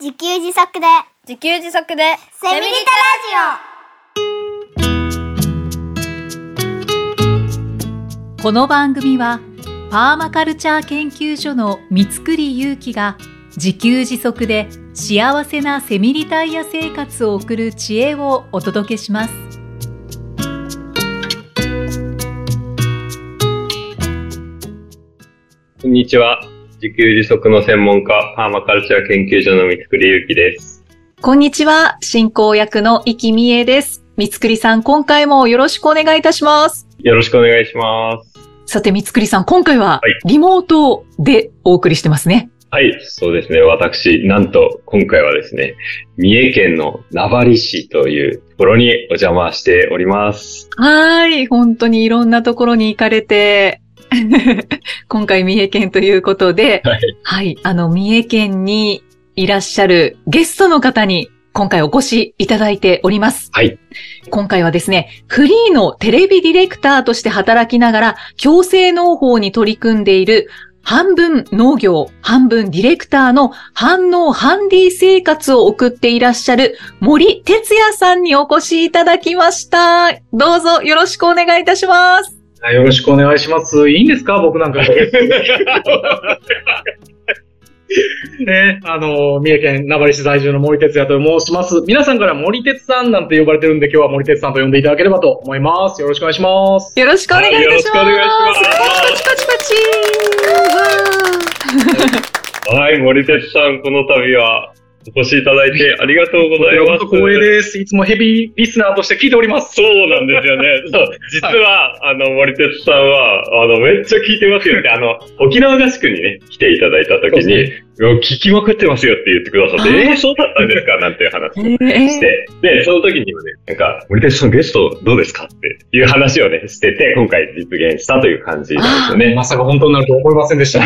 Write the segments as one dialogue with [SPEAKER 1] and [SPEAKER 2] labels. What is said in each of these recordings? [SPEAKER 1] 自給自足で
[SPEAKER 2] 自給自足で
[SPEAKER 1] セミリタ
[SPEAKER 3] この番組はパーマカルチャー研究所の三栗祐樹が自給自足で幸せなセミリタイヤ生活を送る知恵をお届けします
[SPEAKER 4] こんにちは。自給自足の専門家、パーマカルチャー研究所の三栗ゆうきです。
[SPEAKER 5] こんにちは。進行役の生きみえです。三つくりさん、今回もよろしくお願いいたします。
[SPEAKER 4] よろしくお願いします。
[SPEAKER 5] さて、三つくりさん、今回は
[SPEAKER 4] はい
[SPEAKER 5] リモートでお送りしてますね。
[SPEAKER 4] はい、そうですね。私、なんと今回はですね、三重県の名張市というところにお邪魔しており ます。
[SPEAKER 5] はーい。本当にいろんなところに行かれて、 今回三重県ということで、
[SPEAKER 4] は
[SPEAKER 5] はい。あの、三重県にいらっしゃるゲストの方に今回お越しいただいております。
[SPEAKER 4] はい。
[SPEAKER 5] 今回はですね、フリーのテレビディレクターとして働きながら、共生農法に取り組んでいる、半分農業、半分ディレクターの反応ハンディ生活を送っていらっしゃる森哲也さんにお越しいただきました。どうぞよろしくお願いいたします。
[SPEAKER 6] あよろしくお願いします。いいんですか僕なんか。 ね、あの、三重県名張市在住の森哲也と申します。皆さんから森哲さんなんて呼ばれてるんで、今日は森哲さんと呼んでいただければと思います。よろしくお願いします。
[SPEAKER 5] よろしくお願いいたします。
[SPEAKER 4] はいよろしくお願いし
[SPEAKER 5] パチ
[SPEAKER 4] ます
[SPEAKER 5] パチパチパチわー
[SPEAKER 4] はい、森哲さん、この度はお越しいただいてありがとうございま
[SPEAKER 6] 本
[SPEAKER 4] す。
[SPEAKER 6] 当光栄です。いつもヘビーリスナーとして聞いております。
[SPEAKER 4] そうなんですよね。そう。実は、あの、森哲さんは、あの、めっちゃ聞いてますよって、あの、沖縄合宿にね、来ていただいた時
[SPEAKER 6] そう
[SPEAKER 4] に、
[SPEAKER 6] で
[SPEAKER 4] いや聞きまくってますよって言ってくださって、
[SPEAKER 5] あー
[SPEAKER 4] えー、そうだったんですかなんていう話をし
[SPEAKER 5] え
[SPEAKER 4] て、で、その時にもね、なんか、森哲さんゲストどうですかっていう話をね、してて、今回実現したという感じなんですよ
[SPEAKER 6] ね、
[SPEAKER 4] ね。
[SPEAKER 6] まさか本当になると思いませんでした。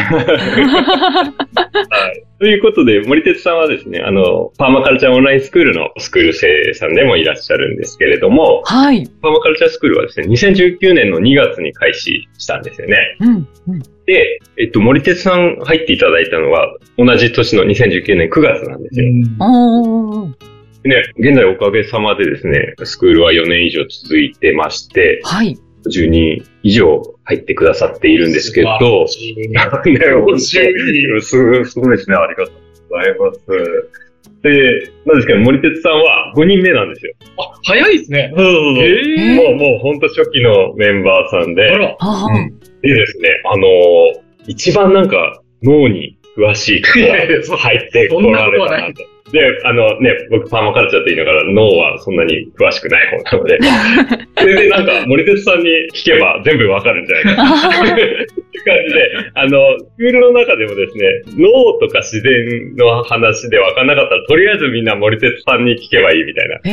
[SPEAKER 4] ということで、森哲さんはですね、あの、パーマカルチャーオンラインスクールのスクール生さんでもいらっしゃるんですけれども、
[SPEAKER 5] ーはい。
[SPEAKER 4] パーマカルチャースクールはですね、2019年の2月に開始したんですよね。
[SPEAKER 5] うん。うん
[SPEAKER 4] で、えっと、森哲さん入っていただいたのは、同じ年の2019年9月なんですよ。
[SPEAKER 5] おー。
[SPEAKER 4] ね、現在おかげさまでですね、スクールは4年以上続いてまして、
[SPEAKER 5] はい。
[SPEAKER 4] 10人以上入ってくださっているんですけど、ね、
[SPEAKER 6] 50
[SPEAKER 4] 50人。すすごいですね、ありがとうございます。で、なんですけど、森哲さんは5人目なんですよ。
[SPEAKER 6] あ、早いですね。
[SPEAKER 4] そうそう
[SPEAKER 6] えー
[SPEAKER 4] もう、もう本当初期のメンバーさんで、
[SPEAKER 6] あら。
[SPEAKER 5] あ
[SPEAKER 6] う
[SPEAKER 5] ー
[SPEAKER 4] でですね、あのー一番なんか脳に詳しい方
[SPEAKER 6] いやいやそう
[SPEAKER 4] が入ってこられたなと。で、あのね、僕パーマカルチャーって言いながら脳はそんなに詳しくない方な ので、それでなんか森哲さんに聞けば全部わかるんじゃない かなっていう感じで、あの、スクールの中でもですね、脳とか自然の話でわかんなかったら、とりあえずみんな森哲さんに聞けばいいみたいな。
[SPEAKER 5] え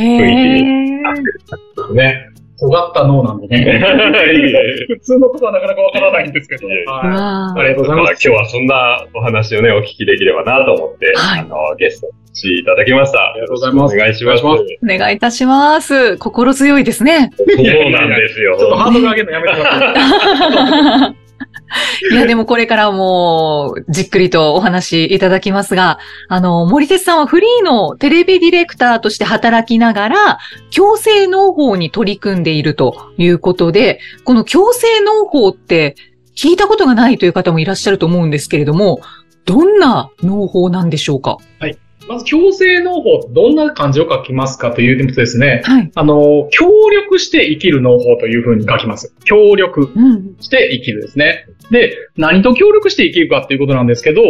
[SPEAKER 5] ー
[SPEAKER 6] ね。尖った脳なんでね。
[SPEAKER 4] い
[SPEAKER 6] 普通のことはなかなかわからないんですけど。
[SPEAKER 4] いやいや
[SPEAKER 6] は
[SPEAKER 5] う
[SPEAKER 6] い
[SPEAKER 5] わ
[SPEAKER 6] ありがとうございます
[SPEAKER 4] だから今日はそんなお話をね、お聞きできればなと思って、
[SPEAKER 5] はい
[SPEAKER 4] あの、ゲストにしていただきました。あ
[SPEAKER 6] りがとうございます
[SPEAKER 4] お願いします。
[SPEAKER 6] お願い
[SPEAKER 5] お願いいたします。心強いですね。
[SPEAKER 4] そうなんですよ。
[SPEAKER 6] ちょっとハードル上げるのやめてもらっていいですか
[SPEAKER 5] いや、でもこれからも、じっくりとお話しいただきますが、あの、森哲さんはフリーのテレビディレクターとして働きながら、共生農法に取り組んでいるということで、この共生農法って聞いたことがないという方もいらっしゃると思うんですけれども、どんな農法なんでしょうか
[SPEAKER 6] まず、共生農法、どんな漢字を書きますかというとですね、
[SPEAKER 5] はい。
[SPEAKER 6] あの、協力して生きる農法というふうに書きます。協力
[SPEAKER 5] うん。
[SPEAKER 6] して生きるですね。で、何と協力して生きるかっていうことなんですけど、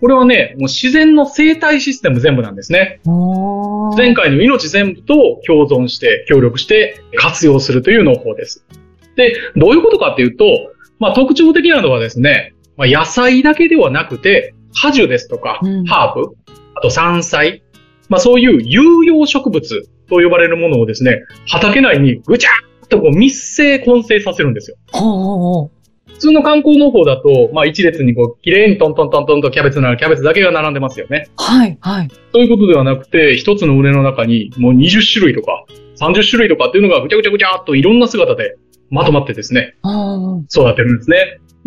[SPEAKER 6] これはね、もう自然の生態システム全部なんですね。
[SPEAKER 5] おー
[SPEAKER 6] 前回の命全部と共存して、協力して活用するという農法です。で、どういうことかっていうと、まあ特徴的なのはですね、まあ、野菜だけではなくて、果樹ですとか
[SPEAKER 5] うん、
[SPEAKER 6] ハーブ、あと山菜、まあそういう有用植物と呼ばれるものをですね、畑内にぐちゃっとこう密生混成させるんですよ。
[SPEAKER 5] ほうほうほ
[SPEAKER 6] 普通の観光農法だと、まあ一列にこう、綺麗にトントントントンとキャベツならキャベツだけが並んでますよね。
[SPEAKER 5] うはい、はい。
[SPEAKER 6] そういうことではなくて、一つの畝の中にもう20種類とか30種類とかっていうのがぐちゃぐちゃぐちゃっといろんな姿でまとまってですね、
[SPEAKER 5] は
[SPEAKER 6] 育てるんですね。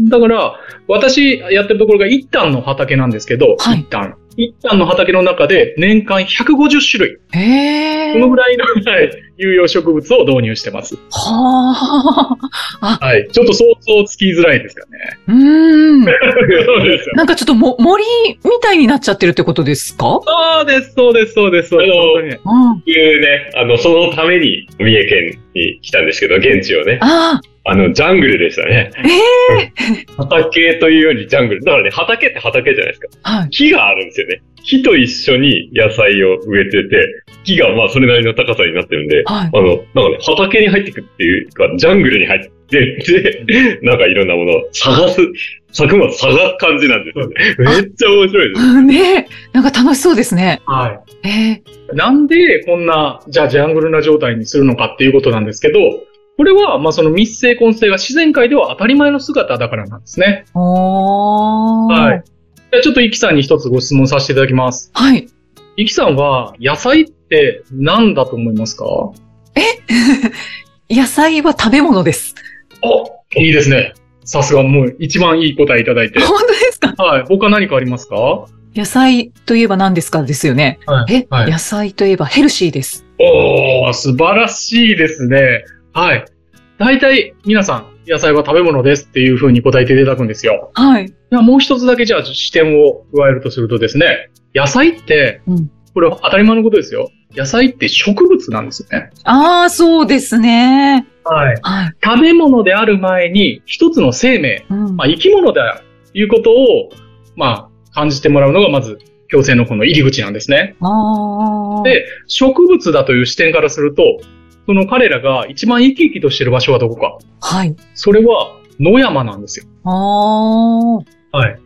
[SPEAKER 6] だから、私やってるところが一旦の畑なんですけど、
[SPEAKER 5] はい
[SPEAKER 6] 一旦。一旦の畑の中で年間150種類、
[SPEAKER 5] へ
[SPEAKER 6] この
[SPEAKER 5] え。
[SPEAKER 6] ぐらいの、はい、有用植物を導入してます。
[SPEAKER 5] はあ。
[SPEAKER 6] はい。ちょっと想像つきづらいですかね。
[SPEAKER 5] うーん。
[SPEAKER 6] そうです。
[SPEAKER 5] なんかちょっとも森みたいになっちゃってるってことですか
[SPEAKER 6] そうです、そうです、そうです、そうです。
[SPEAKER 4] あの
[SPEAKER 6] 本当にね
[SPEAKER 5] うん。
[SPEAKER 4] いうね、あの、そのために三重県に来たんですけど、現地をね、
[SPEAKER 5] ああ、
[SPEAKER 4] あの、ジャングルでしたね。
[SPEAKER 5] ええ
[SPEAKER 4] 畑というよりジャングル。だからね、畑って畑じゃないですか。
[SPEAKER 5] はい。
[SPEAKER 4] 木があるんですよね。木と一緒に野菜を植えてて、木がまあそれなりの高さになってるんで、
[SPEAKER 5] はい。
[SPEAKER 4] あの、なんかね、畑に入ってくっていうか、ジャングルに入ってって、なんかいろんなものを探す、作物探す感じなんですよね。めっちゃ面白いで す。
[SPEAKER 5] ねえ、なんか楽しそうですね。
[SPEAKER 6] は
[SPEAKER 5] ええ
[SPEAKER 6] い。なんで、こんな、じゃあジャングルな状態にするのかっていうことなんですけど、これは、まあ、その密生混生が自然界では当たり前の姿だからなんですね。
[SPEAKER 5] おー。
[SPEAKER 6] はい。。じゃあちょっとイキさんに一つご質問させていただきます。
[SPEAKER 5] はい。
[SPEAKER 6] イキさんは、野菜って何だと思いますか
[SPEAKER 5] 野菜は食べ物です。
[SPEAKER 6] あ、いいですね。さすがもう一番いい答えいただい て。
[SPEAKER 5] 本当ですか
[SPEAKER 6] はい。他何かありますか
[SPEAKER 5] 野菜といえば何ですかですよね。
[SPEAKER 6] は
[SPEAKER 5] え、
[SPEAKER 6] はい
[SPEAKER 5] 野菜といえばヘルシーです。
[SPEAKER 6] おー、素晴らしいですね。はい。大体、皆さん、野菜は食べ物ですっていう風に答えていただくんですよ。
[SPEAKER 5] はい。
[SPEAKER 6] ではもう一つだけじゃあ視点を加えるとするとですね、野菜って、
[SPEAKER 5] うん
[SPEAKER 6] これは当たり前のことですよ。野菜って植物なんですよね。
[SPEAKER 5] ああ、そうですね。
[SPEAKER 6] はい。
[SPEAKER 5] はい。
[SPEAKER 6] 食べ物である前に、一つの生命、
[SPEAKER 5] うん
[SPEAKER 6] まあ、生き物であるということを、まあ、感じてもらうのがまず、共生のこの入り口なんですね。
[SPEAKER 5] あー
[SPEAKER 6] で植物だという視点からすると、その彼らが一番生き生きとしてる場所はどこか。
[SPEAKER 5] はい。
[SPEAKER 6] それは野山なんですよ。
[SPEAKER 5] あー
[SPEAKER 6] はい。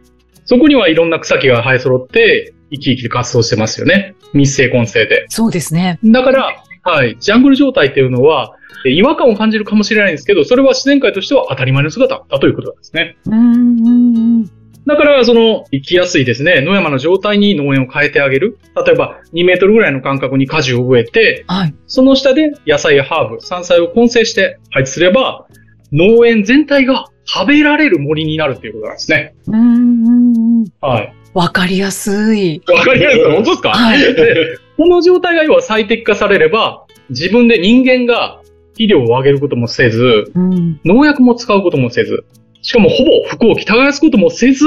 [SPEAKER 6] そこにはいろんな草木が生え揃って、生き生きと活動してますよね。密生混生で。
[SPEAKER 5] そうですね。
[SPEAKER 6] だから、はい、ジャングル状態っていうのは、え違和感を感じるかもしれないんですけど、それは自然界としては当たり前の姿だということなんですね。
[SPEAKER 5] うーん。
[SPEAKER 6] だから、その、生きやすいですね、野山の状態に農園を変えてあげる。例えば、2メートルぐらいの間隔に果樹を植えて、
[SPEAKER 5] はい。
[SPEAKER 6] その下で野菜やハーブ、山菜を混成して配置すれば、農園全体が食べられる森になるということなんですね。
[SPEAKER 5] うーん。
[SPEAKER 6] はい。
[SPEAKER 5] わかりやすい。
[SPEAKER 6] わかります本当ですか
[SPEAKER 5] はい。
[SPEAKER 6] でこの状態が要は最適化されれば、自分で人間が肥料を上げることもせず、
[SPEAKER 5] うん。
[SPEAKER 6] 農薬も使うこともせず、しかもほぼ服を着耕すこともせず、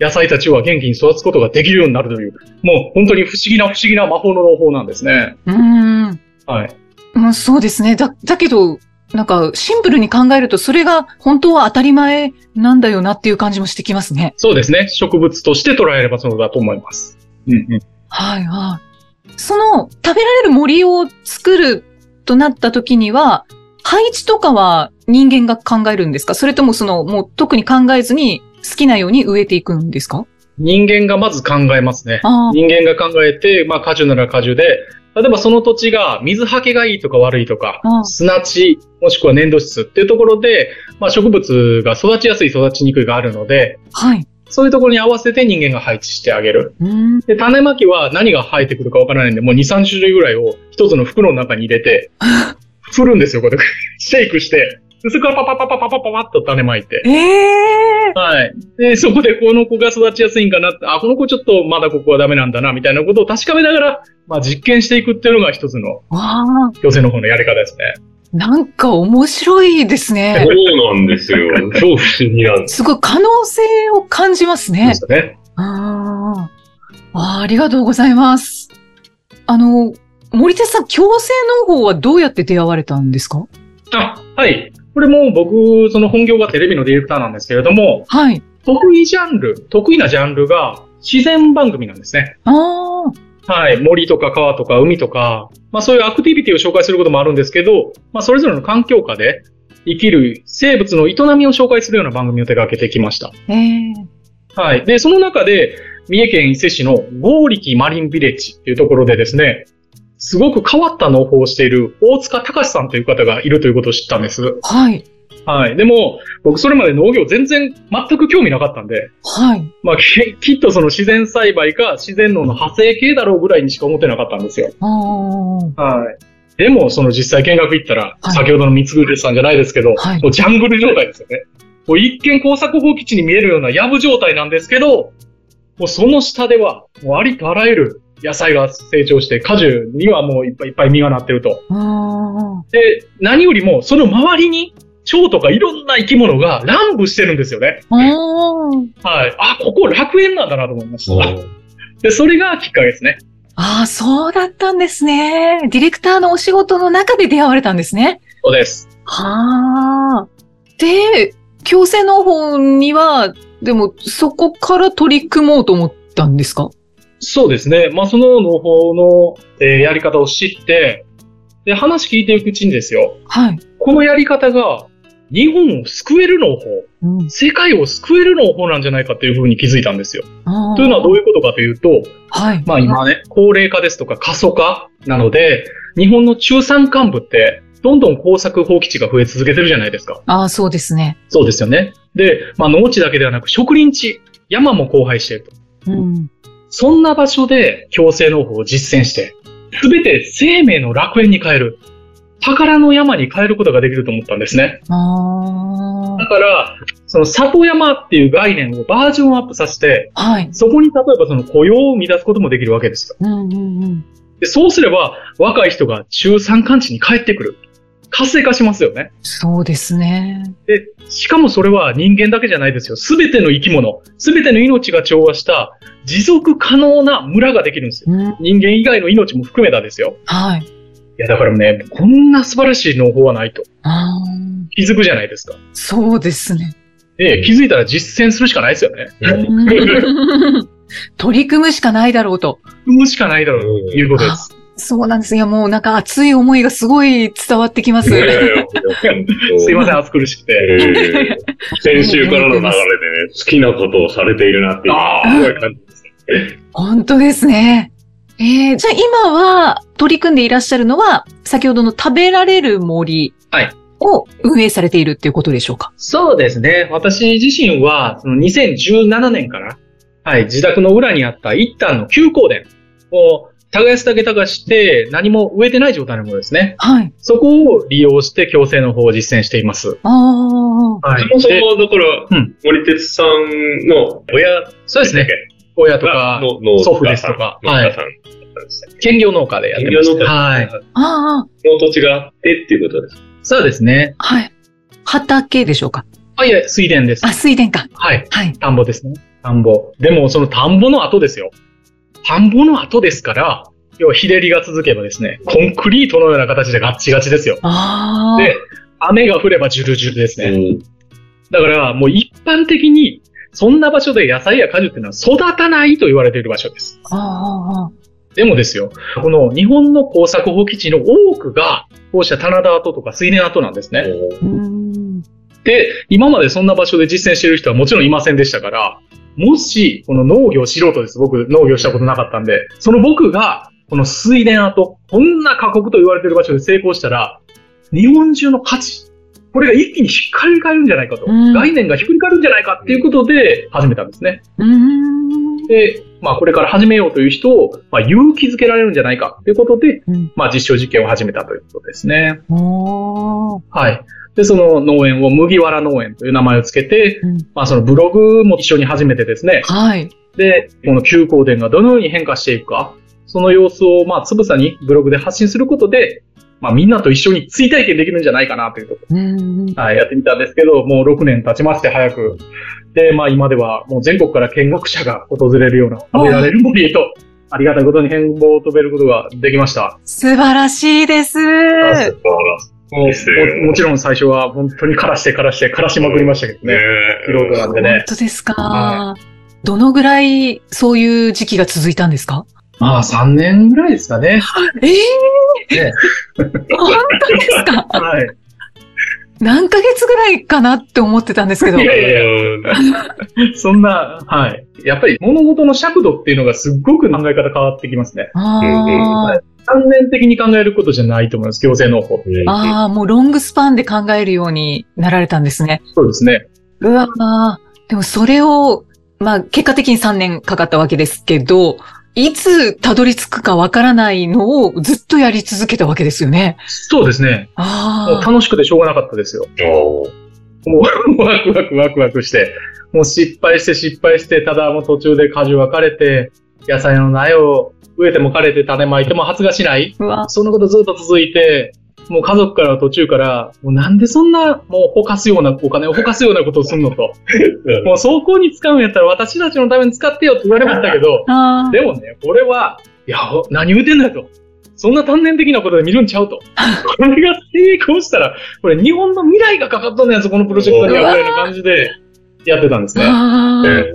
[SPEAKER 6] 野菜たちは元気に育つことができるようになるという、もう本当に不思議な不思議な魔法の農法なんですね。
[SPEAKER 5] うーん。
[SPEAKER 6] はい。
[SPEAKER 5] うん、そうですね。だ、だけど、なんか、シンプルに考えると、それが本当は当たり前なんだよなっていう感じもしてきますね。
[SPEAKER 6] そうですね。植物として捉えればそうだと思います。うんうん。
[SPEAKER 5] はい、はい。その、食べられる森を作るとなった時には、配置とかは人間が考えるんですかそれともその、もう特に考えずに好きなように植えていくんですか
[SPEAKER 6] 人間がまず考えますね。
[SPEAKER 5] ああ、
[SPEAKER 6] 人間が考えて、まあ果樹なら果樹で、例えばその土地が水はけがいいとか悪いとか
[SPEAKER 5] う、ん
[SPEAKER 6] 砂地、もしくは粘土質っていうところで、まあ植物が育ちやすい育ちにくいがあるので、
[SPEAKER 5] はい。
[SPEAKER 6] そういうところに合わせて人間が配置してあげる。
[SPEAKER 5] うーん。
[SPEAKER 6] で、種まきは何が生えてくるかわからないんで、もう2、3種類ぐらいを一つの袋の中に入れて、振るんですよ、こうやって。シェイクして。でそこからパパパパパパパパッと種まいて。
[SPEAKER 5] ええ
[SPEAKER 6] はい。で、そこでこの子が育ちやすいんかな、あ、この子ちょっとまだここはダメなんだな、みたいなことを確かめながら、まあ実験していくっていうのが一つの
[SPEAKER 5] わあ、
[SPEAKER 6] 寄せの方のやり方ですね。
[SPEAKER 5] なんか面白いです ね。
[SPEAKER 4] そうなんですよ。超不思議なんです。
[SPEAKER 5] すごい可能性を感じますね。
[SPEAKER 6] そうですね。
[SPEAKER 5] ああ、ありがとうございます。あの、森手さん、強制農法はどうやって出会われたんですか
[SPEAKER 6] あ、はい。これも僕、その本業がテレビのディレクターなんですけれども、
[SPEAKER 5] はい。
[SPEAKER 6] 得意ジャンル、得意なジャンルが自然番組なんですね。
[SPEAKER 5] ああ、
[SPEAKER 6] はい。森とか川とか海とか、まあそういうアクティビティを紹介することもあるんですけど、まあそれぞれの環境下で生きる生物の営みを紹介するような番組を手掛けてきました。
[SPEAKER 5] ええ
[SPEAKER 6] はい。で、その中で、三重県伊勢市の合力マリンビレッジっていうところでですね、すごく変わった農法をしている大塚隆さんという方がいるということを知ったんです。
[SPEAKER 5] はい、
[SPEAKER 6] はい。でも、僕それまで農業全然全く興味なかったんで、
[SPEAKER 5] はい。
[SPEAKER 6] まあ、ききっとその自然栽培か自然農の派生系だろうぐらいにしか思ってなかったんですよ。
[SPEAKER 5] あー
[SPEAKER 6] はい。でも、その実際見学行ったら、
[SPEAKER 5] はい
[SPEAKER 6] 先ほどの三つぐさんじゃないですけど、
[SPEAKER 5] はい
[SPEAKER 6] もうジャングル状態ですよね。もう一見工作放棄地に見えるようなやぶ状態なんですけど、もうその下では、もうありとあらゆる野菜が成長して、果樹にはもういっぱいいっぱい実がなってると。
[SPEAKER 5] あ
[SPEAKER 6] で、何よりも、その周りに、蝶とかいろんな生き物が乱舞してるんですよね。
[SPEAKER 5] あ。おー
[SPEAKER 6] はい。あ、ここ楽園なんだなと思いまし
[SPEAKER 4] お
[SPEAKER 6] た。
[SPEAKER 4] ー
[SPEAKER 6] で、それがきっかけですね。
[SPEAKER 5] ああ、そうだったんですね。ディレクターのお仕事の中で出会われたんですね。
[SPEAKER 6] そうです。
[SPEAKER 5] はあ。で、強制の方には、でも、そこから取り組もうと思ったんですか
[SPEAKER 6] そうですね。まあ、その農法の、えーやり方を知って、で、話聞いていくうちにですよ。
[SPEAKER 5] はい。
[SPEAKER 6] このやり方が、日本を救える農法、
[SPEAKER 5] うん、
[SPEAKER 6] 世界を救える農法なんじゃないかというふうに気づいたんですよ。
[SPEAKER 5] あー
[SPEAKER 6] というのはどういうことかというと、
[SPEAKER 5] はい。
[SPEAKER 6] まあ今ね、高齢化ですとか過疎化なので、日本の中山幹部って、どんどん耕作放棄地が増え続けてるじゃないですか。
[SPEAKER 5] ああ、そうですね。
[SPEAKER 6] そうですよね。で、まあ農地だけではなく植林地、山も荒廃していると。
[SPEAKER 5] うん。
[SPEAKER 6] そんな場所で共生農法を実践して、すべて生命の楽園に変える。宝の山に変えることができると思ったんですね。
[SPEAKER 5] あ
[SPEAKER 6] だから、その里山っていう概念をバージョンアップさせて、
[SPEAKER 5] あ。はい。
[SPEAKER 6] そこに例えばその雇用を生み出すこともできるわけですよ。
[SPEAKER 5] うんうんうん。
[SPEAKER 6] でそうすれば、若い人が中山間地に帰ってくる。活性化しますよね。
[SPEAKER 5] そうですね。
[SPEAKER 6] で、しかもそれは人間だけじゃないですよ。すべての生き物、すべての命が調和した持続可能な村ができるんです
[SPEAKER 5] う
[SPEAKER 6] よ。
[SPEAKER 5] ん。
[SPEAKER 6] 人間以外の命も含めたですよ。
[SPEAKER 5] はい。
[SPEAKER 6] いや、だからね、こんな素晴らしい農法はないと
[SPEAKER 5] ああ。
[SPEAKER 6] 気づくじゃないですか。
[SPEAKER 5] そうですね。
[SPEAKER 6] で、気づいたら実践するしかないですよね。
[SPEAKER 5] うん 取り組むしかないだろうと。
[SPEAKER 6] 踏むしかないだろうということです。
[SPEAKER 5] そうなんです。いや、もうなんか熱い思いがすごい伝わってきます。
[SPEAKER 4] いやいやいや
[SPEAKER 6] すいません、暑苦しくて。
[SPEAKER 4] えー先週からの流れでね、好きなことをされているなっていう、
[SPEAKER 6] あ
[SPEAKER 4] すごい感じですね。
[SPEAKER 5] 本当ですね。えー、じゃあ今は取り組んでいらっしゃるのは、先ほどの食べられる森
[SPEAKER 6] はい
[SPEAKER 5] を運営されているっていうことでしょうか。
[SPEAKER 6] そうですね。私自身は、その2017年から、はい、自宅の裏にあった一旦の休耕田を耕すだけ耕して何も植えてない状態のものですね。
[SPEAKER 5] はい。
[SPEAKER 6] そこを利用して強制の方を実践しています。
[SPEAKER 5] ああ。
[SPEAKER 6] は
[SPEAKER 4] そもそ
[SPEAKER 6] で
[SPEAKER 4] も、だから、
[SPEAKER 6] うん
[SPEAKER 4] 森哲さんの親
[SPEAKER 6] そうですね。親とか、
[SPEAKER 4] の農家さん
[SPEAKER 6] 祖父ですとか
[SPEAKER 4] 農家さんだったんでしたっけ
[SPEAKER 6] 兼業農家でやってまし
[SPEAKER 4] 兼業農
[SPEAKER 6] た。
[SPEAKER 4] 家
[SPEAKER 6] はい。
[SPEAKER 5] ああ。
[SPEAKER 4] の土地があってっていうことです。
[SPEAKER 6] そうですね。
[SPEAKER 5] はい。畑でしょうか。
[SPEAKER 6] あ、いや、水田です
[SPEAKER 5] あ、。水田か。
[SPEAKER 6] はい。
[SPEAKER 5] はい。
[SPEAKER 6] 田んぼですね。田んぼ。でも、その田んぼの後ですよ。田んぼの後ですから、要は日照りが続けばですね、コンクリートのような形でガッチガチですよ。
[SPEAKER 5] ああ。
[SPEAKER 6] で、雨が降ればジュルジュルですね。
[SPEAKER 4] うん
[SPEAKER 6] だから、もう一般的に、そんな場所で野菜や果樹っていうのは育たないと言われている場所です。
[SPEAKER 5] あああ
[SPEAKER 6] でもですよ、この日本の耕作放棄地の多くが、こうした棚田跡とか水田跡なんですね。
[SPEAKER 5] あ。うーん。
[SPEAKER 6] で、今までそんな場所で実践してる人はもちろんいませんでしたから、もし、この農業素人です。僕、農業したことなかったんで、その僕が、この水田跡、こんな過酷と言われてる場所で成功したら、日本中の価値、これが一気にひっくり返るんじゃないかと、
[SPEAKER 5] うん
[SPEAKER 6] 概念がひっくり返るんじゃないかっていうことで始めたんですね。
[SPEAKER 5] うーん。
[SPEAKER 6] で、まあこれから始めようという人を、まあ勇気づけられるんじゃないかということで、
[SPEAKER 5] うん
[SPEAKER 6] まあ実証実験を始めたということですね。
[SPEAKER 5] おー。
[SPEAKER 6] はい。で、その農園を麦わら農園という名前をつけて、
[SPEAKER 5] うん
[SPEAKER 6] まあそのブログも一緒に始めてですね、
[SPEAKER 5] はい。
[SPEAKER 6] で、この休耕田がどのように変化していくか、その様子をまあつぶさにブログで発信することで、まあみんなと一緒に追体験できるんじゃないかなというとこ
[SPEAKER 5] うーん。
[SPEAKER 6] ろ、はい、やってみたんですけど、もう6年経ちまして早く。で、まあ今ではもう全国から見学者が訪れるような食べられる森へと、ありがたいことに変貌を飛べることができました。
[SPEAKER 5] 素晴らしいです。
[SPEAKER 4] あ素晴らし
[SPEAKER 6] もう
[SPEAKER 4] ですよ
[SPEAKER 6] ももちろん最初は本当に枯らして枯らして枯らしまくりましたけど
[SPEAKER 4] いね
[SPEAKER 6] ね。素人なんでね
[SPEAKER 5] 本。当ですか、
[SPEAKER 6] は
[SPEAKER 5] どのぐらいそういう時期が続いたんですか
[SPEAKER 6] まあ、3年ぐらいですかね。
[SPEAKER 5] ええ
[SPEAKER 6] ね
[SPEAKER 5] 本当ですか
[SPEAKER 6] はい。
[SPEAKER 5] 何ヶ月ぐらいかなって思ってたんですけど。
[SPEAKER 6] いやいや
[SPEAKER 4] うん
[SPEAKER 6] そんな、はい。やっぱり物事の尺度っていうのがすっごく考え方変わってきますね。
[SPEAKER 5] あ
[SPEAKER 4] うん
[SPEAKER 5] ー
[SPEAKER 6] 単年的に考えることじゃないと思います。行政の方。
[SPEAKER 5] あー、もうロングスパンで考えるようになられたんですね。
[SPEAKER 6] そうですね。
[SPEAKER 5] うわーでもそれを、まあ結果的に3年かかったわけですけど、いつたどり着くかわからないのをずっとやり続けたわけですよね。
[SPEAKER 6] そうですね。もう
[SPEAKER 5] ああ。
[SPEAKER 6] 楽しくてしょうがなかったですよ。
[SPEAKER 4] おー
[SPEAKER 6] もうワクワクワクワクして、もう失敗して失敗して、ただもう途中で果樹分かれて、野菜の苗を植えても枯れて種まいても発芽しない。
[SPEAKER 5] うわ。
[SPEAKER 6] そのことずっと続いて、もう家族からは途中から、もうなんでそんな、もうほかすような、お金をほかすようなことをするのと。 もう走行に使うんやったら私たちのために使ってよって言われましたけ ど、
[SPEAKER 5] あ
[SPEAKER 6] でもね、これは、いや、お何言うてんだよと。そんな単年的なことで見るんちゃうと。これが成功したら、これ日本の未来がかかっとんのやつ、このプロジェクトには、ぐらいの感じでやってたんですね。
[SPEAKER 5] あ
[SPEAKER 4] う
[SPEAKER 5] ー。
[SPEAKER 4] ん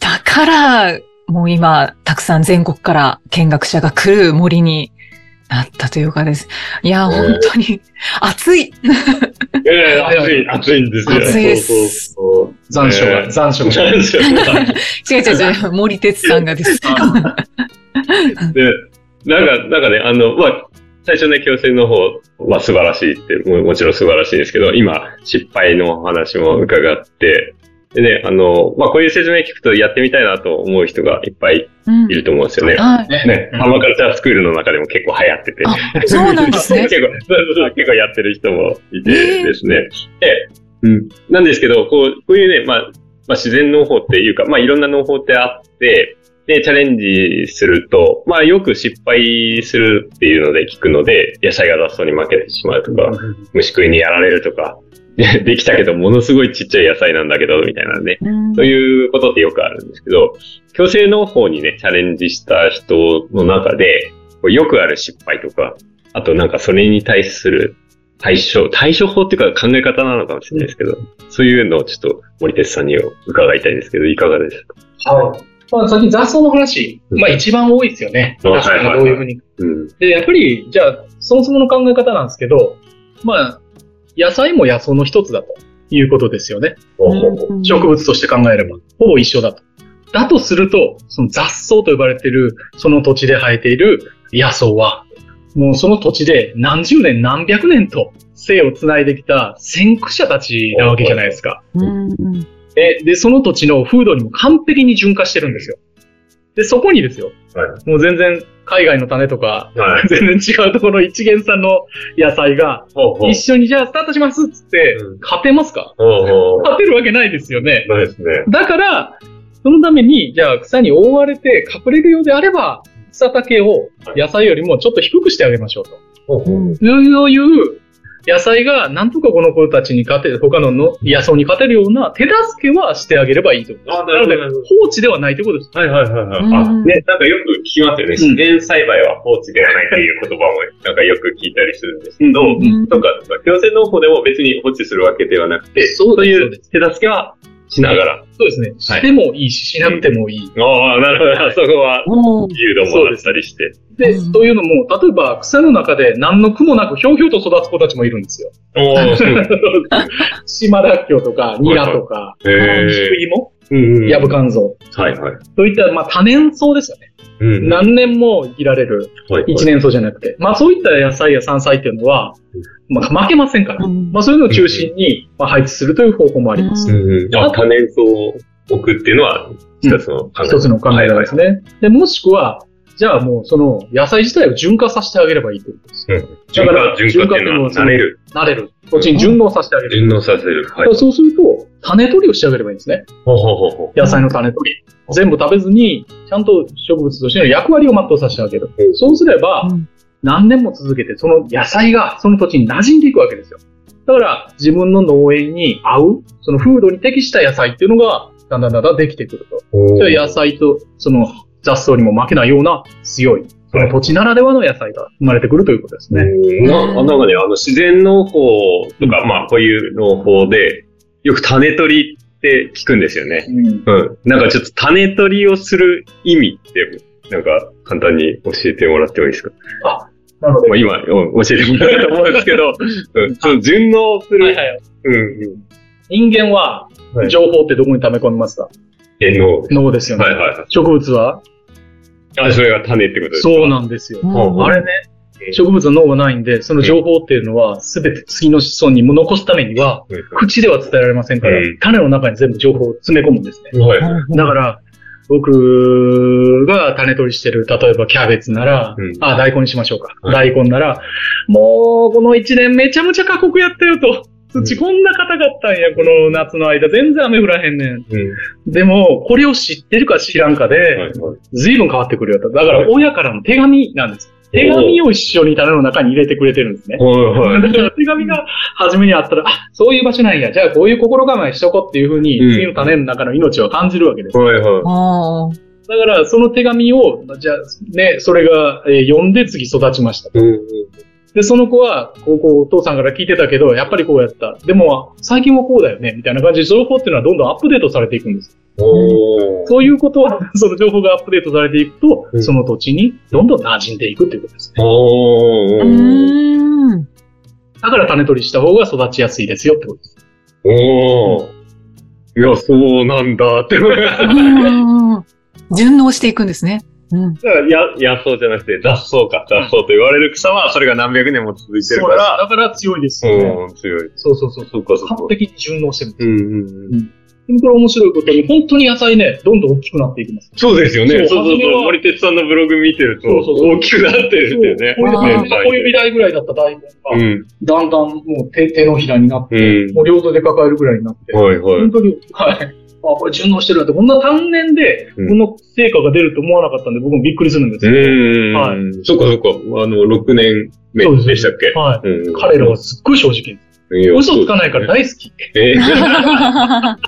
[SPEAKER 5] だから、もう今、たくさん全国から見学者が来る森になったというかです。いや、
[SPEAKER 4] ね
[SPEAKER 5] 本当に、暑い
[SPEAKER 4] ええ暑い、暑いんですよ。
[SPEAKER 5] 暑いです
[SPEAKER 4] そう
[SPEAKER 6] 残暑
[SPEAKER 4] え
[SPEAKER 6] が、
[SPEAKER 4] え
[SPEAKER 6] 残暑
[SPEAKER 4] そうそう。
[SPEAKER 6] が。
[SPEAKER 4] なんですよ
[SPEAKER 5] 違う違う違う、森哲さんがです。
[SPEAKER 4] で、なんか、なんかね、あの、まあ、最初ね、強制の方は素晴らしいって、ももちろん素晴らしいんですけど、今、失敗のお話も伺って、でね、あの、まあ、こういう説明聞くとやってみたいなと思う人がいっぱい
[SPEAKER 5] うん
[SPEAKER 4] いると思うんですよね。
[SPEAKER 5] はい。
[SPEAKER 4] ね、パーマカルチャースクールの中でも結構流行ってて。
[SPEAKER 5] あ、そうなんですね。
[SPEAKER 4] 結構、そうそうそう結構やってる人もい
[SPEAKER 5] え
[SPEAKER 4] て
[SPEAKER 5] ー
[SPEAKER 4] ですね。で、うん。なんですけど、こう、こういうね、まあ、まあ、自然農法っていうか、まあ、いろんな農法ってあって、で、チャレンジすると、まあ、よく失敗するっていうので聞くので、野菜が雑草に負けてしまうとか、虫食いにやられるとか、でできたけど、ものすごいちっちゃい野菜なんだけど、みたいなね。
[SPEAKER 5] うん
[SPEAKER 4] ということってよくあるんですけど、強制農法にね、チャレンジした人の中で、こうよくある失敗とか、あとなんかそれに対する対処、対処法っていうか考え方なのかもしれないですけど、そういうのをちょっと森哲さんに伺いたいんですけど、いかがですか
[SPEAKER 6] はい。まあ、先雑草の話、まあ一番多いですよね。
[SPEAKER 4] うん
[SPEAKER 6] 雑草がどういうふうに
[SPEAKER 4] うん。
[SPEAKER 6] で、やっぱり、じゃあ、そもそもの考え方なんですけど、まあ、野菜も野草の一つだということですよね。
[SPEAKER 4] ほうほうほう
[SPEAKER 5] うん
[SPEAKER 6] 植物として考えれば、ほぼ一緒だと。だとすると、その雑草と呼ばれている、その土地で生えている野草は、もうその土地で何十年何百年と生をつないできた先駆者たちなわけじゃないですか。
[SPEAKER 5] うんうん
[SPEAKER 6] で、で、その土地の風土にも完璧に循化してるんですよ。で、そこにですよ。
[SPEAKER 4] は
[SPEAKER 6] もう全然海外の種とか、
[SPEAKER 4] はい
[SPEAKER 6] 全然違うところの一元産の野菜が、
[SPEAKER 4] ほうほう
[SPEAKER 6] 一緒にじゃあスタートしますっつって
[SPEAKER 4] うん、
[SPEAKER 6] 勝てますか
[SPEAKER 4] ほうほう
[SPEAKER 6] 勝てるわけないですよね。
[SPEAKER 4] そうですね。
[SPEAKER 6] だから、そのために、じゃあ草に覆われて隠れるようであれば、草丈を野菜よりもちょっと低くしてあげましょうと。
[SPEAKER 4] ほうほう
[SPEAKER 6] そういう野菜がなんとかこの子たちに勝てる、他のの野草に勝てるような手助けはしてあげればいいと。
[SPEAKER 4] あな
[SPEAKER 6] な
[SPEAKER 4] る
[SPEAKER 6] の
[SPEAKER 4] ほ
[SPEAKER 6] で
[SPEAKER 4] どなるほ、
[SPEAKER 6] 放置ではないということです。
[SPEAKER 4] はいはいはいはい。あ、
[SPEAKER 5] うん
[SPEAKER 4] ね、なんかよく聞きますよね。自然栽培は放置ではないっていう言葉も、なんかよく聞いたりするんですけど、
[SPEAKER 6] うん
[SPEAKER 5] うん
[SPEAKER 4] とか、強制農法でも別に放置するわけではなくて、
[SPEAKER 6] そうです
[SPEAKER 4] いう手助けはしながら。
[SPEAKER 6] そうですね。してもいいし、しなくてもいい。
[SPEAKER 4] ああ、なるほど。
[SPEAKER 6] はい
[SPEAKER 4] あそこは
[SPEAKER 5] おー
[SPEAKER 4] 自由度もあったりして。
[SPEAKER 6] で、
[SPEAKER 5] うん
[SPEAKER 6] というのも、例えば草の中で何の苦もなくひょうひょうと育つ子たちもいるんですよ。
[SPEAKER 4] おお、そう
[SPEAKER 6] 島らっきょうとか、ニラとか、
[SPEAKER 4] へえ
[SPEAKER 6] 菊。
[SPEAKER 4] う
[SPEAKER 6] 芋、
[SPEAKER 4] んうん
[SPEAKER 6] ヤブカンゾウ。
[SPEAKER 4] はいはい。
[SPEAKER 6] といった、まあ多年草ですよね。
[SPEAKER 4] うん
[SPEAKER 6] 何年も生きられる
[SPEAKER 4] はいはい
[SPEAKER 6] 一年草じゃなくて。まあそういった野菜や山菜っていうのは、まあ負けませんから。
[SPEAKER 5] うん
[SPEAKER 6] まあそういうのを中心に、まあ、配置するという方法もあります。
[SPEAKER 4] うんうん。あ、多年草を置くっていうのは、一つの考え。
[SPEAKER 6] 一つの考え方です
[SPEAKER 4] ね。
[SPEAKER 6] ね。で、もしくは、じゃあもうその野菜自体を潤化させてあげればいいということです。
[SPEAKER 4] 順
[SPEAKER 6] だか
[SPEAKER 4] 化、
[SPEAKER 6] ら
[SPEAKER 4] 順化っていうのは、
[SPEAKER 6] 順化っていうのは
[SPEAKER 4] 慣れる。
[SPEAKER 6] 慣れる。土地に順応させてあげる。
[SPEAKER 4] 順応させる。はい。
[SPEAKER 6] そうすると、種取りをしてあげればいいんですね。
[SPEAKER 4] ほうほうほうほう。
[SPEAKER 6] 野菜の種取り。全部食べずに、ちゃんと植物としての役割を全うさせてあげる
[SPEAKER 4] う。ん
[SPEAKER 6] そうすれば
[SPEAKER 5] うん、
[SPEAKER 6] 何年も続けて、その野菜がその土地に馴染んでいくわけですよ。だから、自分の農園に合う、その風土に適した野菜っていうのが、だんだんだんだんできてくると。それは野菜と、その雑草にも負けないような強い、その土地ならではの野菜が生まれてくるということですね。
[SPEAKER 4] うんな
[SPEAKER 5] うん
[SPEAKER 4] なんかね、あの自然農法とか、まあこういう農法で、よく種取りって聞くんですよね。
[SPEAKER 6] うん
[SPEAKER 4] うん。なんかちょっと種取りをする意味って、なんか簡単に教えてもらってもいいですか
[SPEAKER 6] なので
[SPEAKER 4] まあ、今、うん教えてもらったと思うんですけ ど、うん、その順応する。
[SPEAKER 6] はいはい
[SPEAKER 4] うんうん。
[SPEAKER 6] 人間は
[SPEAKER 4] はい
[SPEAKER 6] 情報ってどこに溜め込みますか
[SPEAKER 4] え、農法。
[SPEAKER 6] 脳ですよね。
[SPEAKER 4] はいはいはい。
[SPEAKER 6] 植物は
[SPEAKER 4] あ、それが種ってことですか
[SPEAKER 6] そうなんですよ。
[SPEAKER 4] うん
[SPEAKER 6] あれね、植物は脳がないんで、その情報っていうのは、すべて次の子孫にも残すためには、口では伝えられませんから
[SPEAKER 4] うん、
[SPEAKER 6] 種の中に全部情報を詰め込むんですね。
[SPEAKER 4] はい。
[SPEAKER 6] だから、僕が種取りしてる、例えばキャベツなら、
[SPEAKER 4] うん
[SPEAKER 6] あ、大根にしましょうか。
[SPEAKER 4] は
[SPEAKER 6] 大根なら、もう、この一年めちゃめちゃ過酷やったよと。土こんな硬かったんや、この夏の間。全然雨降らへんねん。
[SPEAKER 4] うん。
[SPEAKER 6] でも、これを知ってるか知らんか
[SPEAKER 4] は
[SPEAKER 6] で、
[SPEAKER 4] いはい。
[SPEAKER 6] 随分変わってくるよと。だか
[SPEAKER 4] はい
[SPEAKER 6] ら、親からの手紙なんです。手紙を一緒に棚の中に入れてくれてるんですね。
[SPEAKER 4] はいはい。
[SPEAKER 6] だ から手紙が初めにあったら、あ、そういう場所なんや。じゃあこういう心構えしとこうっていうふうに、
[SPEAKER 4] うん
[SPEAKER 6] 次の種の中の命を感じるわけです。
[SPEAKER 4] はいはい。
[SPEAKER 5] あー
[SPEAKER 6] だからその手紙を、じゃあね、それが、えー読んで次育ちました。
[SPEAKER 4] うんうん。
[SPEAKER 6] で、その子は、こうこうお父さんから聞いてたけど、やっぱりこうやった。でも、最近はこうだよね、みたいな感じで情報っていうのはどんどんアップデートされていくんです。
[SPEAKER 4] おー。
[SPEAKER 6] そういうことは、その情報がアップデートされていくと、
[SPEAKER 4] うん
[SPEAKER 6] その土地にどんどん馴染んでいくっていうことですね。
[SPEAKER 4] お
[SPEAKER 5] う
[SPEAKER 4] ー。
[SPEAKER 5] ーん。
[SPEAKER 6] だから種取りした方が育ちやすいですよってことです。
[SPEAKER 4] おー。いや、そうなん だって。
[SPEAKER 5] うん順応していくんですね。うん。
[SPEAKER 4] だからや野草じゃなくて雑草か雑草と言われる草はそれが何百年も続いてる
[SPEAKER 6] そう
[SPEAKER 4] か
[SPEAKER 6] です
[SPEAKER 4] ら、
[SPEAKER 6] だから強いですよね。
[SPEAKER 4] うん、強い。
[SPEAKER 6] そうそうそう。
[SPEAKER 4] そうかそうか
[SPEAKER 6] 完。璧に順応してる。
[SPEAKER 4] うんうんうん。
[SPEAKER 6] これ面白いことに、本当に野菜ね、どんどん大きくなっていきます。
[SPEAKER 4] そうですよね。そう
[SPEAKER 6] そう
[SPEAKER 4] そう
[SPEAKER 6] 初
[SPEAKER 4] そ
[SPEAKER 6] め
[SPEAKER 4] う。
[SPEAKER 6] は
[SPEAKER 4] 森哲さんのブログ見てると、
[SPEAKER 6] そうそうそう
[SPEAKER 4] 大きくなってるっていうね。
[SPEAKER 6] そう小
[SPEAKER 5] あー
[SPEAKER 6] 指小指大ぐらいだった大根が、
[SPEAKER 4] うん。
[SPEAKER 6] だんだんもう手手のひらになって、
[SPEAKER 4] うん
[SPEAKER 6] もう両手で抱えるぐらいになって、
[SPEAKER 4] はいはい
[SPEAKER 6] 本。当に、はい。あ、これ順応してるなって、こんな単年で、こ
[SPEAKER 4] うん
[SPEAKER 6] の成果が出ると思わなかったんで、僕もびっくりするんです
[SPEAKER 4] う
[SPEAKER 6] よ。
[SPEAKER 4] ん。
[SPEAKER 6] はい
[SPEAKER 4] そっかそっか。あの、6年目
[SPEAKER 6] そうです
[SPEAKER 4] でしたっけ
[SPEAKER 6] はい。
[SPEAKER 4] うん
[SPEAKER 6] 彼らはすっごい正直。
[SPEAKER 4] いや
[SPEAKER 6] 嘘つかないから大好き。
[SPEAKER 4] えーな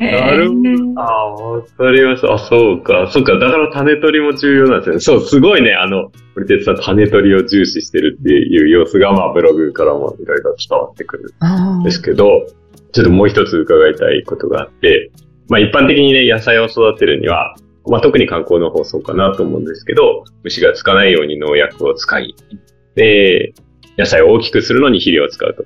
[SPEAKER 5] な
[SPEAKER 4] るほど。ああ、わかりました。あ、そうか。そうか。だから種取りも重要なんですよね。そう、すごいね、あの、森哲さん種取りを重視してるっていう様子が、まあ、ブログからもいろいろ伝わってくるんですけど、ちょっともう一つ伺いたいことがあって、まあ、一般的にね、野菜を育てるには、まあ、特に観光の放送かなと思うんですけど、虫がつかないように農薬を使い、で、野菜を大きくするのに肥料を使うと。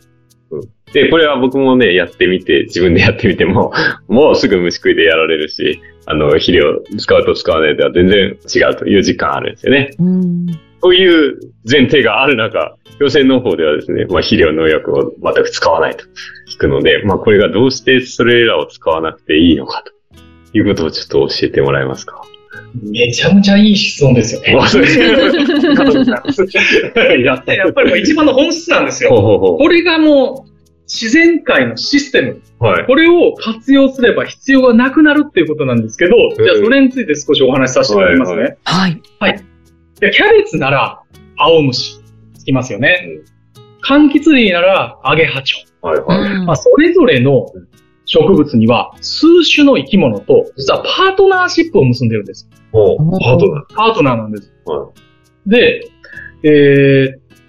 [SPEAKER 4] うんで、これは僕もね、やってみて、自分でやってみても、 もうすぐ虫食いでやられるし、あの、肥料使うと使わないでは全然違うという実感あるんですよね。
[SPEAKER 5] うん
[SPEAKER 4] という前提がある中、養成農法ではですね、まあ、肥料農薬を全く使わないと聞くので、まあ、これがどうしてそれらを使わなくていいのかということをちょっと教えてもらえますか。
[SPEAKER 6] めちゃめちゃいい質問ですよね。
[SPEAKER 4] わ それ
[SPEAKER 6] やっぱりやっぱりこれ一番の本質なんです
[SPEAKER 4] ほう
[SPEAKER 6] よ。
[SPEAKER 4] ほうほ
[SPEAKER 6] これがもう、自然界のシステム。
[SPEAKER 4] う。はい。
[SPEAKER 6] これを活用すれば必要がなくなるっていうことなんですけど、じゃあそれについて少しお話しさせてもらいますね。
[SPEAKER 4] はい
[SPEAKER 5] はい。
[SPEAKER 6] でキャベツなら、青虫。つきますよね。
[SPEAKER 4] う
[SPEAKER 6] 柑橘類なら、アゲハチョウ。
[SPEAKER 4] はいはい。
[SPEAKER 5] うん
[SPEAKER 6] まあ、それぞれの植物には、数種の生き物と、実はパートナーシップを結んでるんです。
[SPEAKER 4] ほ
[SPEAKER 5] う
[SPEAKER 4] ハートだ。
[SPEAKER 6] パートナーなんです。
[SPEAKER 4] は
[SPEAKER 6] で、えー、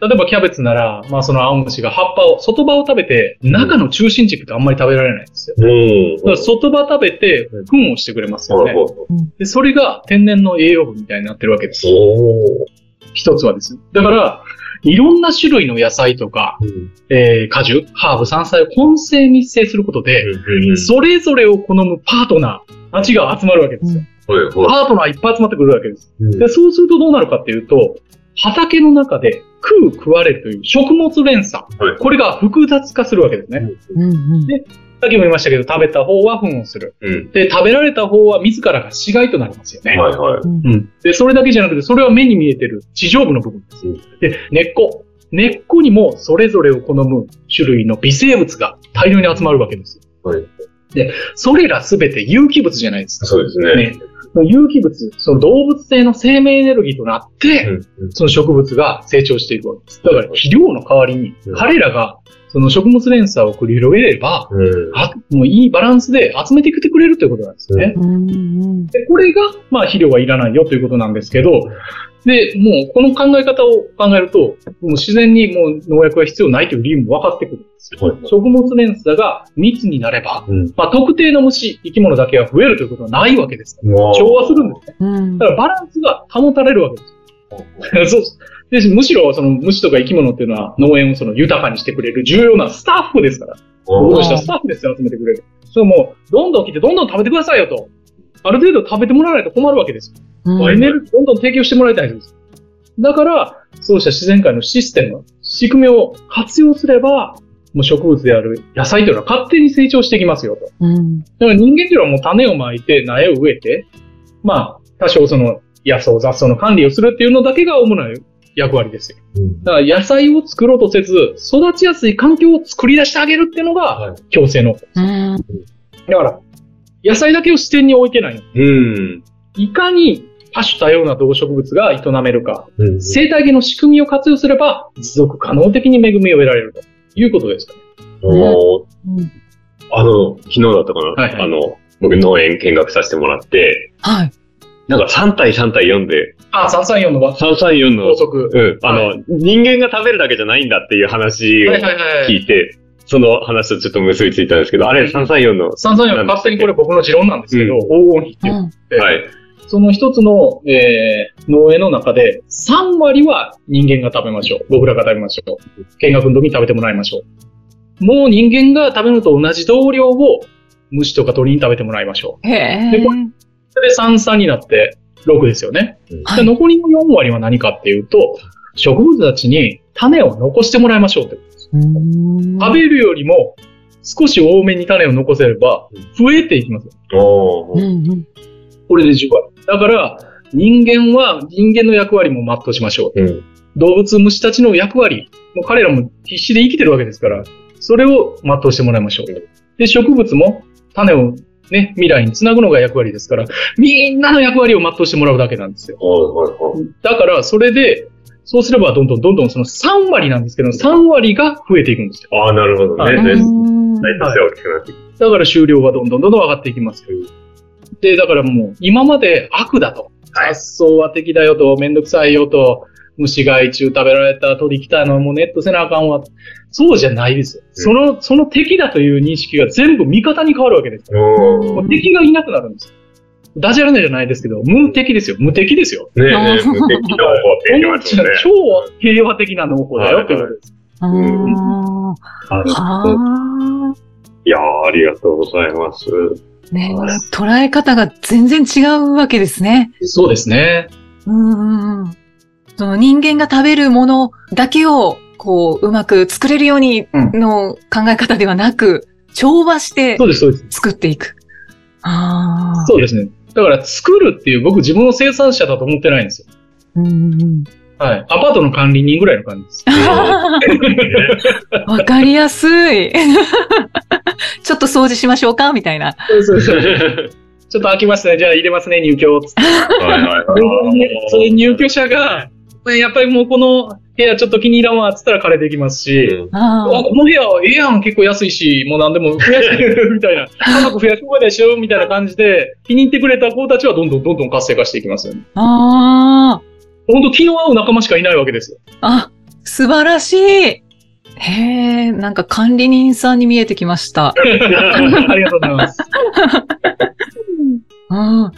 [SPEAKER 6] 例えばキャベツなら、まあその青虫が葉っぱを、外葉を食べて、中の中心軸ってあんまり食べられないんですよ。
[SPEAKER 4] い。
[SPEAKER 6] だから外葉食べて、糞をしてくれますよ
[SPEAKER 4] ほう
[SPEAKER 6] ね。
[SPEAKER 4] ほうほう。
[SPEAKER 6] で、それが天然の栄養分みたいになってるわけです。
[SPEAKER 4] お
[SPEAKER 6] 一つはです。だから、いろんな種類の野菜とか、
[SPEAKER 4] ー。
[SPEAKER 6] えー果樹、ハーブ、山菜を混成密生することで、
[SPEAKER 4] そ
[SPEAKER 6] それぞれを好むパートナーたちが集まるわけです
[SPEAKER 4] う
[SPEAKER 6] よ。
[SPEAKER 4] ん。ほいほ
[SPEAKER 6] パートナーいっぱい集まってくるわけです。
[SPEAKER 4] い。
[SPEAKER 6] で、そうするとどうなるかっていうと、畑の中で食う食われるという食物連鎖。
[SPEAKER 4] はい
[SPEAKER 6] これが複雑化するわけですね。
[SPEAKER 5] うんうん
[SPEAKER 6] さっきも言いましたけど、食べた方は糞をする。
[SPEAKER 4] うん。
[SPEAKER 6] で、食べられた方は自らが死骸となりますよね。
[SPEAKER 4] はいはい。
[SPEAKER 6] うん。で、それだけじゃなくて、それは目に見えてる地上部の部分です。
[SPEAKER 4] うん
[SPEAKER 6] で、根っこ。根っこにもそれぞれを好む種類の微生物が大量に集まるわけです。
[SPEAKER 4] はい
[SPEAKER 6] で、それらすべて有機物じゃないですか。
[SPEAKER 4] そうですね。
[SPEAKER 6] ね有機物、その動物性の生命エネルギーとなって、
[SPEAKER 4] うん
[SPEAKER 6] その植物が成長していくわけです。だから肥料の代わりに
[SPEAKER 4] うん、
[SPEAKER 6] 彼らがその食物連鎖を繰り広げれば、
[SPEAKER 4] うん。
[SPEAKER 6] あもういいバランスで集めてきてくれるということなんですね。
[SPEAKER 5] うん
[SPEAKER 6] で、これが、まあ、肥料はいらないよということなんですけど、で、もう、この考え方を考えると、もう自然にもう農薬は必要ないという理由も分かってくるんですよ。
[SPEAKER 4] はい
[SPEAKER 6] 食物連鎖が密になれば、
[SPEAKER 4] うん
[SPEAKER 6] まあ、特定の虫、生き物だけが増えるということはないわけです。
[SPEAKER 4] まあ
[SPEAKER 6] 調和するんですね。
[SPEAKER 5] うん
[SPEAKER 6] だからバランスが保たれるわけです。そうですでむしろ、その虫とか生き物っていうのは農園をその豊かにしてくれる重要なスタッフですから。
[SPEAKER 4] うん
[SPEAKER 6] 僕したスタッフですよ、集めてくれる。それもう、どんどん来て、どんどん食べてくださいよと。ある程度食べてもらわないと困るわけですよ。
[SPEAKER 5] うん
[SPEAKER 6] エネルギーどんどん提供してもらいたいんです。だから、そうした自然界のシステム、仕組みを活用すれば、もう植物である野菜というのは勝手に成長していきますよと。
[SPEAKER 5] うん
[SPEAKER 6] だから人間というのはもう種をまいて、苗を植えて、まあ、多少その野草、雑草の管理をするっていうのだけが主な役割ですよ。
[SPEAKER 4] うん
[SPEAKER 6] だから野菜を作ろうとせず、育ちやすい環境を作り出してあげるっていうの
[SPEAKER 4] は
[SPEAKER 6] が、共生農法。
[SPEAKER 5] うん。
[SPEAKER 6] だから、野菜だけを視点に置いてない。
[SPEAKER 4] うん。
[SPEAKER 6] いかに多種多様な動植物が営めるか、
[SPEAKER 4] うん。
[SPEAKER 6] 生態系の仕組みを活用すれば、持続可能的に恵みを得られるということですかね。
[SPEAKER 4] あの、あの昨日だったかな、
[SPEAKER 6] はいはい
[SPEAKER 4] あの、僕農園見学させてもらって、
[SPEAKER 5] はい。
[SPEAKER 4] なんか3対3対4で、
[SPEAKER 6] あ、334の法
[SPEAKER 4] 334の、
[SPEAKER 6] 則。
[SPEAKER 4] うん、あの、人間が食べるだけじゃないんだっていう話を
[SPEAKER 6] はいはいは
[SPEAKER 4] 聞
[SPEAKER 6] い。
[SPEAKER 4] いて、その話とちょっと結びついたんですけど、あれ334の、は
[SPEAKER 6] 334は勝手にこれ僕の持論なんですけど、
[SPEAKER 4] うん
[SPEAKER 6] 往々に
[SPEAKER 5] う
[SPEAKER 6] 言っ
[SPEAKER 5] ん。
[SPEAKER 6] て、
[SPEAKER 4] い。
[SPEAKER 6] その一つの、えー農園の中で、3割は人間が食べましょう。僕らが食べましょう。見学の時に食べてもらいましょう。もう人間が食べるのと同じ同量を虫とか鳥に食べてもらいましょ
[SPEAKER 5] へえ。
[SPEAKER 6] でこう。それで3、3になって6ですよね。
[SPEAKER 5] は
[SPEAKER 6] で
[SPEAKER 5] い。
[SPEAKER 6] 残りの4割は何かっていうと、植物たちに種を残してもらいましょうって。
[SPEAKER 5] うん
[SPEAKER 6] 食べるよりも少し多めに種を残せれば増えていきます。
[SPEAKER 4] お
[SPEAKER 5] う
[SPEAKER 4] ー
[SPEAKER 5] んうん。
[SPEAKER 6] これで10割。だから、人間は人間の役割も全うしましょう。
[SPEAKER 4] うん。
[SPEAKER 6] 動物、虫たちの役割、もう彼らも必死で生きてるわけですから、それを全うしてもらいましょう。で、植物も種をね、未来につなぐのが役割ですから、みんなの役割を全うしてもらうだけなんですよ。
[SPEAKER 4] はいはいはい。
[SPEAKER 6] だから、それで、そうすればどんどんどんどんその3割なんですけど、3割が増えていくんですよ。
[SPEAKER 4] ああ、なるほどね。
[SPEAKER 6] は
[SPEAKER 4] ね
[SPEAKER 5] うん
[SPEAKER 4] 大体背が大きくなっていく
[SPEAKER 6] だから収量はどんどんどんどん上がっていきますよ。で、だからもう、今まで悪だと。
[SPEAKER 4] はい
[SPEAKER 6] 発想は敵だよと、めんどくさいよと、虫害虫食べられた鳥来たのもうネットせなあかんわ。そうじゃないですよ。その、その敵だという認識が全部味方に変わるわけです。
[SPEAKER 4] お
[SPEAKER 6] も
[SPEAKER 4] ー
[SPEAKER 6] う敵がいなくなるんですよ。ダジャレのじゃないですけど、無敵ですよ。無敵ですよ。
[SPEAKER 4] ねえねえ、無敵の方って言ってま したもんね。
[SPEAKER 6] 超平和的な農法だよってことです。
[SPEAKER 5] あー
[SPEAKER 4] あの
[SPEAKER 5] あ
[SPEAKER 4] いやーありがとうございます。
[SPEAKER 5] ー。ね、捉え方が全然違うわけですね。
[SPEAKER 6] そうですね。
[SPEAKER 5] うんうんうん。その人間が食べるものだけを、こう、うまく作れるようにの考え方ではなく、調和して
[SPEAKER 6] そうです、そうです。
[SPEAKER 5] 作っていく。ああ。
[SPEAKER 6] そうですね。だから作るっていう、僕自分の生産者だと思ってないんですよ。
[SPEAKER 5] うんうん
[SPEAKER 6] はい。アパートの管理人ぐらいの感じです。
[SPEAKER 5] わかりやすい。 ちょっと掃除しましょうかみたいな。
[SPEAKER 6] そうそうそう。
[SPEAKER 4] は
[SPEAKER 6] ちょっと飽きますね。じゃあ入れますね、入居。つって
[SPEAKER 4] いはい
[SPEAKER 6] それ入居者が、ねやっぱりもうこの部屋ちょっと気に入らんわ、つったら枯れていきますし、あ
[SPEAKER 5] あー
[SPEAKER 6] この部屋はええやん、結構安いし、もう何でも増やしてるみたいな、家族増やしてこいでしょ、みたいな感じで、気に入ってくれた子たちはどんどんどんどん活性化していきますよね。
[SPEAKER 5] あー。
[SPEAKER 6] ほんと気の合う仲間しかいないわけ ですよ。
[SPEAKER 5] あ、素晴らしい。へえ、なんか管理人さんに見えてきました。
[SPEAKER 6] ありがとうございます。
[SPEAKER 5] うん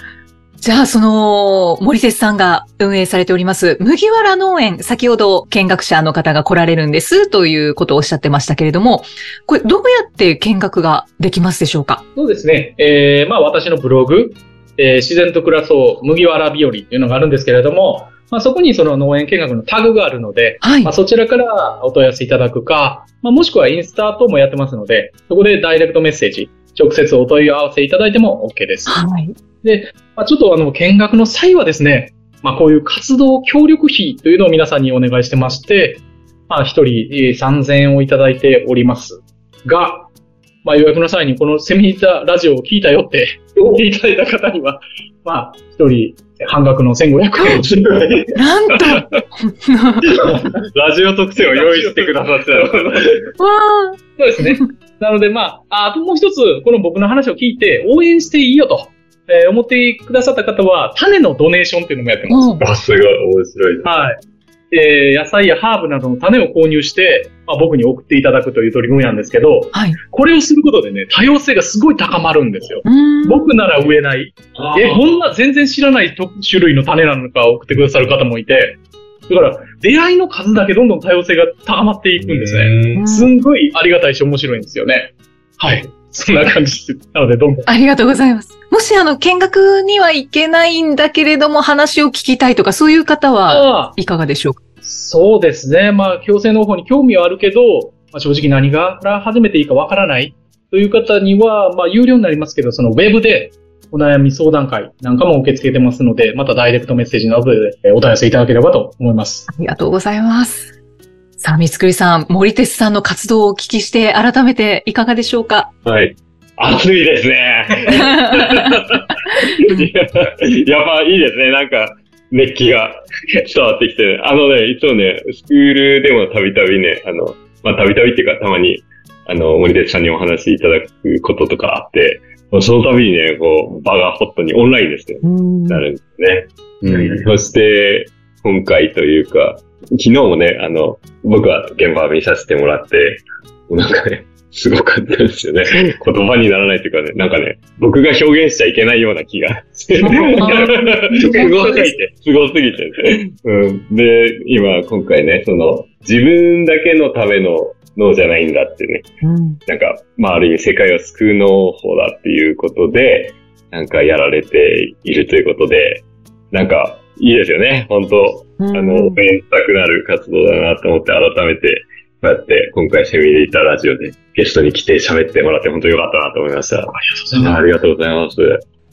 [SPEAKER 5] じゃあ、その、森節さんが運営されております、麦わら農園、先ほど見学者の方が来られるんですということをおっしゃってましたけれども、これ、どうやって見学ができますでしょうか
[SPEAKER 6] そうですね。えーまあ私のブログ、えー自然と暮らそう麦わら日和っていうのがあるんですけれども、まあそこにその農園見学のタグがあるので、
[SPEAKER 5] はい
[SPEAKER 6] まあ、。そちらからお問い合わせいただくか、まあ、もしくはインスタ等もやってますので、そこでダイレクトメッセージ、直接お問い合わせいただいても OK です。
[SPEAKER 5] はい。
[SPEAKER 6] まあ、ちょっとあの、見学の際はですね、まあ、こういう活動協力費というのを皆さんにお願いしてまして、まあ、一人えー3000円をいただいておりますが、まあ、予約の際にこのセミナーラジオを聞いたよって言っていただいた方には、まあ、一人半額の1500円をしていただいて、
[SPEAKER 5] なん とわ
[SPEAKER 4] ラジオ特典を用意してくださってたの。
[SPEAKER 5] あ
[SPEAKER 6] そうですね。なので、まあ、あともう一つ、この僕の話を聞いて、応援していいよと、えー思ってくださった方は、種のドネーションっていうのもやってます。
[SPEAKER 5] うん
[SPEAKER 4] あ、すごい、面白い。
[SPEAKER 6] はい。えー野菜やハーブなどの種を購入して、まあ、僕に送っていただくという取り組みなんですけど、
[SPEAKER 5] はい。
[SPEAKER 6] これをすることでね、多様性がすごい高まるんですよ。
[SPEAKER 5] うん
[SPEAKER 6] 僕なら植えない。え、こんな全然知らないと種類の種なのかを送ってくださる方もいて、だから、出会いの数だけどんどん多様性が高まっていくんですね。
[SPEAKER 4] ね。
[SPEAKER 6] すんごいありがたいし面白いんですよね。はい。そんな感じですなので、どんどん。
[SPEAKER 5] ありがとうございます。もし、あの、見学には行けないんだけれども、話を聞きたいとか、そういう方は、
[SPEAKER 6] ああ
[SPEAKER 5] いかがでしょうか
[SPEAKER 6] そうですね。まあ、強制の方に興味はあるけど、まあ、正直何から始めていいかわからないという方には、まあ、有料になりますけど、そのウェブで、お悩み相談会なんかも受け付けてますので、またダイレクトメッセージなどでえお問い合わせいただければと思います。
[SPEAKER 5] ありがとうございます。さあ、三つくりさん、森哲さんの活動をお聞きして、改めていかがでしょうか
[SPEAKER 4] はい。暑いです ね。いややっぱいいですね。なんか、熱気が伝わってきて、あのね、いつもね、スクールでもたびたびね、あの、まあ、たびたびっていうか、たまに、あの、森哲さんにお話しいただくこととかあって、その度にね、こう、場がホットに、オンラインですね、なるんですね。うん、そして、今回というか、昨日もね、あの、僕は現場を見させてもらって、もうなんかね、すごかったですよ ね。言葉にならないというかね、なんかね、僕が表現しちゃいけないような気 がして、すごすぎて、すごすぎて。うん、で、今、今回ね、その、自分だけのための脳じゃないんだってね、
[SPEAKER 5] うん
[SPEAKER 4] なんか、まあ、ある意味世界を救う農法だっていうことで、なんかやられているということで、なんか、いいですよね、本当あの、応援したくなる活動だなと思って、改めて、こうやって、今回セミでいたラジオでゲストに来て喋ってもらって、本当よかったなと思いました。ありがとうございます。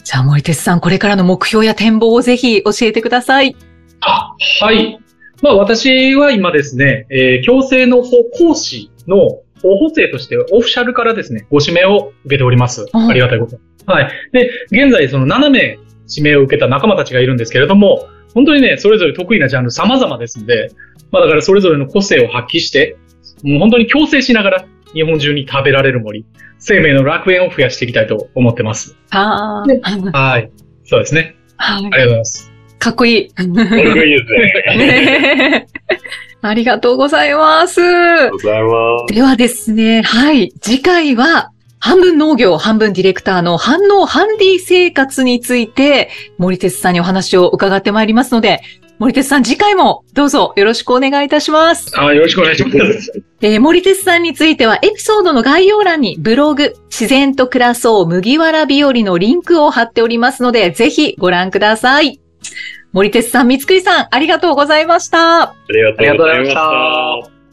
[SPEAKER 5] じゃあ、森哲さん、これからの目標や展望をぜひ教えてください。
[SPEAKER 6] あ、はい。まあ私は今ですね、えー、強制の法講師の候補生としてオフィシャルからですね、ご指名を受けております。
[SPEAKER 5] あ
[SPEAKER 6] ありがたいこと。はい。で、現在その7名指名を受けた仲間たちがいるんですけれども、本当にね、それぞれ得意なジャンル様々ですんで、まあだからそれぞれの個性を発揮して、もう本当に強制しながら日本中に食べられる森、生命の楽園を増やしていきたいと思ってます。
[SPEAKER 5] ああ、
[SPEAKER 6] はい。そうですね。
[SPEAKER 5] はい
[SPEAKER 6] ありがとうございます。
[SPEAKER 5] かっこいい。
[SPEAKER 4] かっこいいですね。 あり
[SPEAKER 5] ねえありがとうございます。
[SPEAKER 4] がとうございます。
[SPEAKER 5] ではですね、はい。次回は、半分農業、半分ディレクターの反応ハンディ生活について、森哲さんにお話を伺ってまいりますので、森哲さん次回もどうぞよろしくお願いいたします。
[SPEAKER 6] あよろしくお願いします。
[SPEAKER 5] えー森哲さんについてはエピソードの概要欄にブログ、自然と暮らそう麦わら日和のリンクを貼っておりますので、ぜひご覧ください。森哲さん、三つくりさん、ありがとうございました。
[SPEAKER 4] ありがとうございまし
[SPEAKER 6] ありがとうございま
[SPEAKER 4] た。